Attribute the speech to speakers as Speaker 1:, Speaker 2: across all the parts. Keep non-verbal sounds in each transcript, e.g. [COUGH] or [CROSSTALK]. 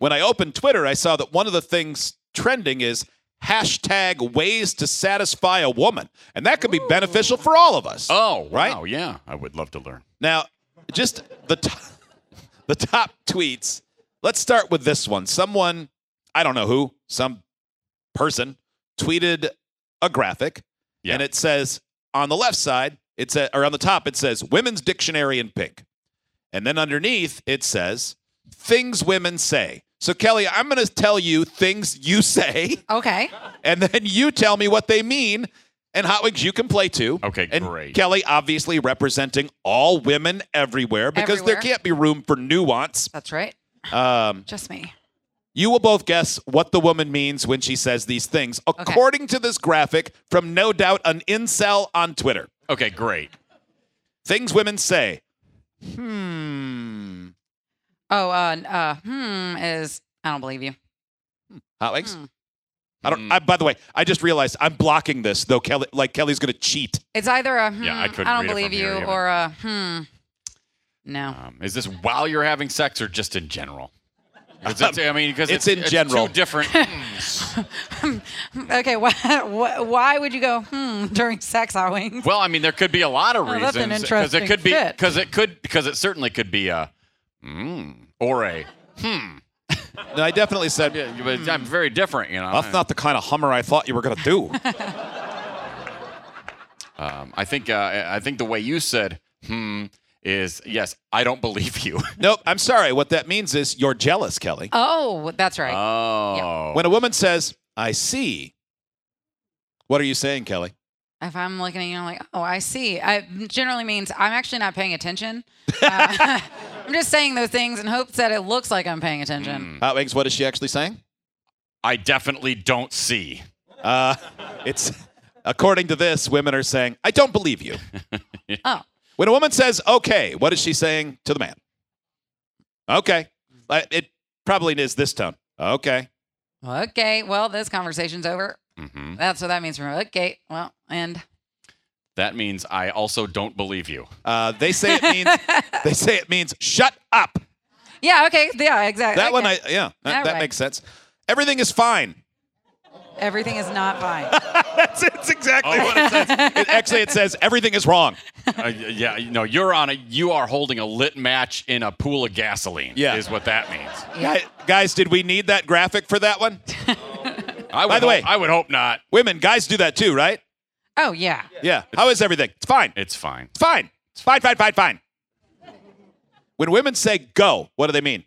Speaker 1: When I opened Twitter, I saw that one of the things trending is hashtag ways to satisfy a woman. And that could be beneficial for all of us.
Speaker 2: Oh,
Speaker 1: Right?
Speaker 2: wow. Yeah. I would love to learn.
Speaker 1: Now, just the, t- [LAUGHS] the top tweets. Let's start with this one. Someone, I don't know who, some person tweeted a graphic
Speaker 2: Yeah.
Speaker 1: and it says on the left side, it says, or on the top, it says Women's Dictionary in pink. And then underneath, it says things women say. So, Kelly, I'm going to tell you things you say. [LAUGHS]
Speaker 3: Okay.
Speaker 1: and then you tell me what they mean and hot wings you can play too.
Speaker 2: Okay,
Speaker 1: and
Speaker 2: great.
Speaker 1: Kelly obviously representing all women everywhere because there
Speaker 3: Everywhere.
Speaker 1: can't be room for nuance.
Speaker 3: That's right.
Speaker 1: Um,
Speaker 3: Just me.
Speaker 1: you will both guess what the woman means when she says these things, according to this graphic from no doubt an incel on Twitter.
Speaker 2: Okay, great.
Speaker 1: Things women say. Hmm.
Speaker 3: Oh, uh, n- uh, hmm is I don't believe you.
Speaker 1: Hot wings.
Speaker 3: Hmm.
Speaker 1: I don't. I, by the way, I just realized I'm blocking this though. Kelly, like Kelly's gonna cheat.
Speaker 3: It's either a hmm,
Speaker 2: Yeah, I
Speaker 3: I,
Speaker 2: couldn't
Speaker 3: don't
Speaker 2: read it
Speaker 3: believe
Speaker 2: from
Speaker 3: you
Speaker 2: here either.
Speaker 3: or a hmm. No. [LAUGHS]
Speaker 2: Um, is this while you're having sex or just in general? 'Cause it's- I mean,
Speaker 1: [LAUGHS]
Speaker 2: because
Speaker 1: It's
Speaker 2: it's,
Speaker 1: in general.
Speaker 2: Two different. [LAUGHS]
Speaker 3: okay. Why, why? Why would you go hmm [LAUGHS] during sex outing?
Speaker 2: well, I mean, there could be a lot of
Speaker 3: Oh,
Speaker 2: reasons
Speaker 3: that's an
Speaker 2: it
Speaker 3: interesting
Speaker 2: could be
Speaker 3: fit.
Speaker 2: because it could because it certainly could be a mm, or a hmm.
Speaker 1: And I definitely said
Speaker 2: Yeah, but I'm very different, you know.
Speaker 1: that's not the kind of Hummer I thought you were gonna
Speaker 3: [LAUGHS]
Speaker 1: do.
Speaker 2: Um, I think uh, I think the way you said hmm is yes. I don't believe you. [LAUGHS]
Speaker 1: Nope, I'm sorry. What that means is you're jealous, Kelly.
Speaker 3: Oh, that's right.
Speaker 2: Oh,
Speaker 1: When a woman says, I see, what are you saying, Kelly?
Speaker 3: if I'm looking at you, I'm like, oh, I see. I generally means I'm actually not paying
Speaker 2: [LAUGHS]
Speaker 3: attention. Uh, [LAUGHS] I'm just saying those things in hopes that it looks like I'm paying attention.
Speaker 1: Hot Wings, what is she actually saying?
Speaker 2: I definitely don't see.
Speaker 1: Uh, it's according to this, women are saying, I don't believe [LAUGHS] you.
Speaker 3: Oh,
Speaker 1: When a woman says, okay, what is she saying to the man? Okay. Uh, It probably is this tone. Okay.
Speaker 2: Mm.
Speaker 3: okay. Well, this conversation's over.
Speaker 2: hmm
Speaker 3: That's what that means for me. Okay. Well, and
Speaker 2: That means I also don't believe you.
Speaker 1: Uh, they say it
Speaker 3: [LAUGHS]
Speaker 1: means they say it means shut up.
Speaker 3: yeah. Okay. Yeah. Exactly.
Speaker 1: That one, I
Speaker 3: okay.
Speaker 1: yeah, that,
Speaker 3: All
Speaker 1: that
Speaker 3: right.
Speaker 1: makes sense. Everything is fine.
Speaker 3: Everything is not
Speaker 1: [LAUGHS]
Speaker 3: fine.
Speaker 1: That's, that's exactly
Speaker 2: Oh.
Speaker 1: what it says. It- actually, it says everything is wrong.
Speaker 2: Uh, y- yeah, no, you're on a you are holding a lit match in a pool of gasoline.
Speaker 1: Yeah.
Speaker 2: is what that means.
Speaker 3: [LAUGHS] Yeah.
Speaker 1: Guy- Guys, did we need that graphic for that one?
Speaker 2: I would
Speaker 1: By the
Speaker 2: hope-
Speaker 1: way-
Speaker 2: I would hope not.
Speaker 1: Women, guys do that too, right?
Speaker 3: Oh yeah.
Speaker 1: Yeah. How is everything? It's fine.
Speaker 2: It's fine.
Speaker 1: It's fine. It's fine, fine, fine, fine. When women say go, what do they mean?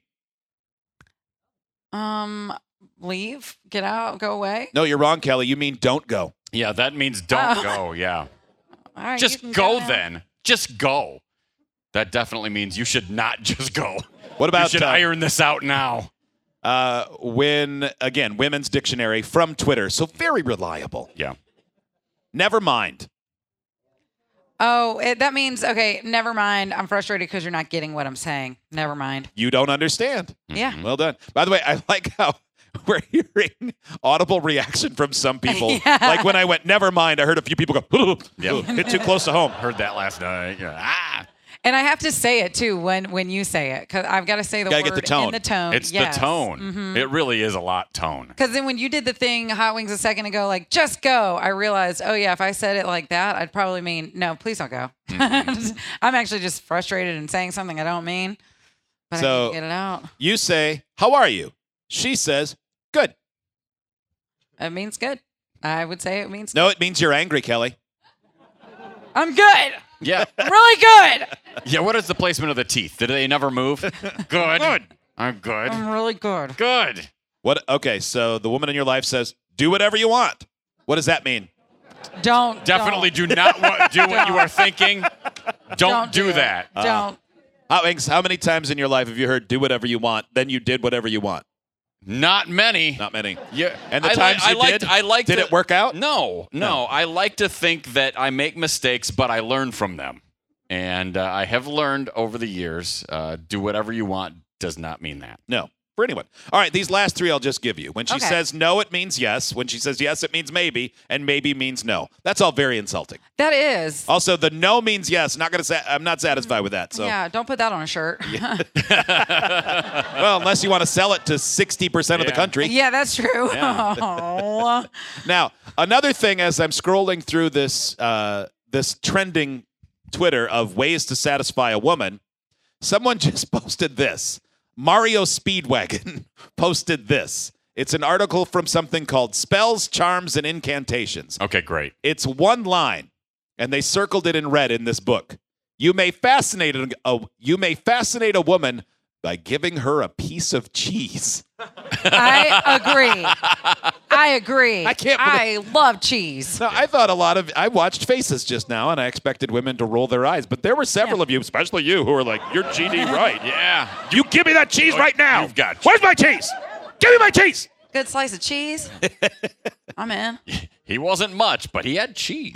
Speaker 3: Um, leave, get out, go away.
Speaker 1: No, you're wrong, Kelly. You mean don't go.
Speaker 2: Yeah, that means don't
Speaker 1: Oh.
Speaker 2: go. Yeah,
Speaker 3: All right, you
Speaker 2: just
Speaker 3: can
Speaker 2: go
Speaker 3: now.
Speaker 2: then. Just go. That definitely means you should not [LAUGHS] just go.
Speaker 1: What
Speaker 2: you
Speaker 1: about
Speaker 2: should
Speaker 1: uh,
Speaker 2: iron this out now.
Speaker 1: uh, when, again, women's dictionary from Twitter? So very reliable.
Speaker 2: Yeah.
Speaker 1: Never mind.
Speaker 3: Oh, it, that means okay. Never mind. I'm frustrated because you're not getting what I'm saying. Never mind.
Speaker 1: You don't understand.
Speaker 3: Yeah.
Speaker 1: Mm, Well done. By the way, I [LAUGHS] like how we're hearing audible reaction from some people. Like when I went, never mind, I heard a few people go, [LAUGHS]
Speaker 2: Yeah.
Speaker 1: hit too close to home.
Speaker 2: Heard that last night. Yeah. Ah,
Speaker 3: And I have to say it too when when you say it because I've got to say the
Speaker 1: Gotta
Speaker 3: word
Speaker 1: get the tone.
Speaker 3: in the tone.
Speaker 2: it's
Speaker 3: yes. Mm-hmm.
Speaker 2: the tone.
Speaker 1: Mm-hmm.
Speaker 2: It really is a lot tone.
Speaker 3: Because then when you did the thing hot wings a second ago, like just go, I realized, oh yeah, if I said it like that, I'd probably mean no, please don't go. [LAUGHS] I'm actually just frustrated and saying something I don't mean. But I need
Speaker 1: So-
Speaker 3: to get it out.
Speaker 1: You say, How are you? She says, Good.
Speaker 3: It means good. I would say it means
Speaker 1: No, it means you're angry, Kelly.
Speaker 3: I'm good.
Speaker 2: Yeah.
Speaker 3: I'm [LAUGHS] really good.
Speaker 2: yeah. What is the placement of the teeth? Did they
Speaker 1: [LAUGHS]
Speaker 2: never move? Good. good. I'm good.
Speaker 3: I'm really good.
Speaker 2: Good.
Speaker 1: What? Okay, so the woman in your life says, "Do whatever you want." What does that mean?
Speaker 3: Don't
Speaker 2: Definitely do not wa- do what
Speaker 3: [LAUGHS]
Speaker 2: you are thinking. Don't,
Speaker 3: Don't
Speaker 2: do
Speaker 3: it.
Speaker 2: that.
Speaker 3: Don't.
Speaker 1: How, Hanks, how many times in your life have you heard "do whatever you want"? Then you did whatever you want.
Speaker 2: Not many.
Speaker 1: Not many.
Speaker 2: Yeah,
Speaker 1: And the
Speaker 2: I
Speaker 1: times
Speaker 2: like,
Speaker 1: you
Speaker 2: I liked,
Speaker 1: did,
Speaker 2: I liked
Speaker 1: did
Speaker 2: to-
Speaker 1: it work out?
Speaker 2: No, no,
Speaker 1: No.
Speaker 2: I like to think that I make mistakes, but I learn from them, and uh, I have learned over the years. Uh, do whatever you want does not mean that.
Speaker 1: No, for anyone. All right, these last three I'll just give you. When she
Speaker 3: Okay.
Speaker 1: says no, it means yes. When she says yes, it means maybe, and maybe means no. That's all very insulting.
Speaker 3: That is.
Speaker 1: Also, the no means yes. Not gonna. Sa- I'm not satisfied with that. So,
Speaker 3: Mm-hmm. Yeah, don't put that on a shirt. [LAUGHS] Yeah,
Speaker 1: well, unless you want to sell it to 60 percent of the
Speaker 2: Yeah.
Speaker 1: country.
Speaker 3: that's true.
Speaker 2: Yeah.
Speaker 3: Aw.
Speaker 1: Now, another thing as I'm scrolling through this uh, this trending Twitter of ways to satisfy a woman, someone [LAUGHS] just posted this. Mario Speedwagon [LAUGHS] posted this. It's an article from something called Spells, Charms, and Incantations.
Speaker 2: Okay, great.
Speaker 1: It's one line, and they circled it in red in this book. You may fascinate a, a- you may fascinate a woman by giving her a piece of cheese.
Speaker 3: [LAUGHS] I agree. I agree.
Speaker 1: I can't
Speaker 3: I love cheese.
Speaker 1: No, I thought a lot of I watched Faces just now, and I expected women to roll their eyes, but there were several of you, especially you, who were like, "You're [LAUGHS] Oh, GD right?
Speaker 2: Yeah,
Speaker 1: You give me that cheese right now.
Speaker 2: you've got-
Speaker 1: Where's my cheese? Give me my cheese."
Speaker 3: Good slice
Speaker 2: [LAUGHS]
Speaker 3: of cheese. I'm in.
Speaker 2: he wasn't much, but he
Speaker 1: [LAUGHS]
Speaker 2: had cheese.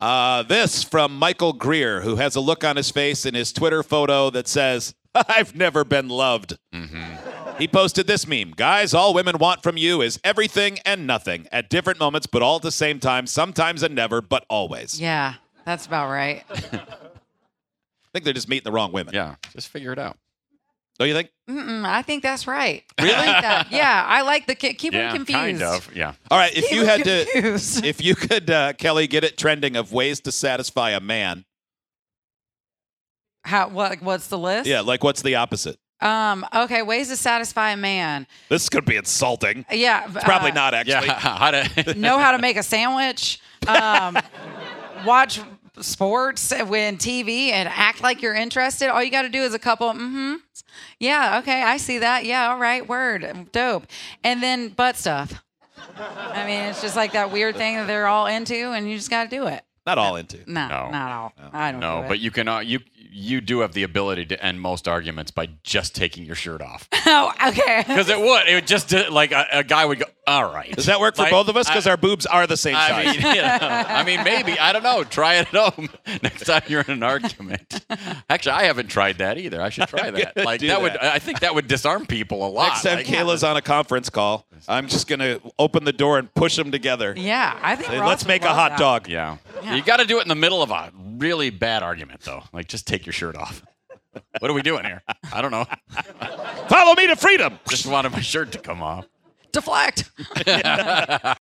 Speaker 1: Uh, this from Michael Greer, who has a look on his face in his Twitter photo that says, [LAUGHS] "I've never been loved." He posted this meme: "Guys, all women want from you is everything and nothing at different moments, but all at the same time, sometimes and never, but always."
Speaker 3: Yeah, that's about right.
Speaker 1: I think they're just meeting the wrong women.
Speaker 2: yeah, just figure it out.
Speaker 1: Don't you think?
Speaker 3: Mm, I think that's right. Really? I like that. Yeah, I like the ki- keep
Speaker 2: yeah,
Speaker 3: them confused.
Speaker 2: kind of. Yeah.
Speaker 1: All right, if
Speaker 3: Keep
Speaker 1: you
Speaker 3: them
Speaker 1: had to. [LAUGHS]
Speaker 3: confused.
Speaker 1: if you could, uh, Kelly, get it trending of ways to satisfy a man.
Speaker 3: How? What? What's the list?
Speaker 1: Yeah, like what's the opposite?
Speaker 3: Um. Okay. Ways to satisfy a man.
Speaker 1: This could be insulting.
Speaker 3: Yeah.
Speaker 1: It's probably
Speaker 3: uh,
Speaker 1: not
Speaker 2: Yeah.
Speaker 1: actually.
Speaker 2: [LAUGHS] How to?
Speaker 3: know how to make a sandwich, um, watch sports, win TV, and act like you're interested. All you got to do is a couple, mm-hmm. Yeah, okay, I see that. Yeah, all right, word, dope. And then butt stuff. I mean, it's just like that weird thing that they're all into, and you just got to do it.
Speaker 1: Not all
Speaker 3: [LAUGHS]
Speaker 1: into.
Speaker 3: No,
Speaker 2: No.
Speaker 3: not all. I don't
Speaker 2: No,
Speaker 3: do
Speaker 2: but
Speaker 3: it.
Speaker 2: you can. Uh, you you do have the ability to end most arguments by just taking your shirt off.
Speaker 3: [LAUGHS] oh, okay.
Speaker 2: Because it would. It would just uh, like a, a guy would go. All right.
Speaker 1: Does that work for
Speaker 2: Like,
Speaker 1: both of us? Because
Speaker 2: I-
Speaker 1: our boobs are the same
Speaker 2: I
Speaker 1: size.
Speaker 2: mean, [LAUGHS] you know, I mean, maybe I don't know. Try it at home [LAUGHS] next time you're in an argument. Actually, I haven't tried that either. I
Speaker 1: [LAUGHS]
Speaker 2: should try that.
Speaker 1: gonna
Speaker 2: Like
Speaker 1: do
Speaker 2: that, would.
Speaker 1: that.
Speaker 2: I think that would disarm people a
Speaker 1: [LAUGHS]
Speaker 2: lot.
Speaker 1: Next time
Speaker 2: Like,
Speaker 1: Kayla's on a conference call, I'm just gonna open the door and push them together.
Speaker 3: Yeah, I think
Speaker 1: Say,
Speaker 3: Ross
Speaker 1: Let's
Speaker 3: would
Speaker 1: make a
Speaker 3: love
Speaker 1: hot
Speaker 3: that.
Speaker 1: dog.
Speaker 2: Yeah.
Speaker 3: Yeah.
Speaker 2: You got to do it in the middle of a really bad argument, though. Like, just take your shirt off. What are we doing here? I don't know.
Speaker 1: Follow me to freedom.
Speaker 2: Just wanted my shirt to come off.
Speaker 3: Deflect.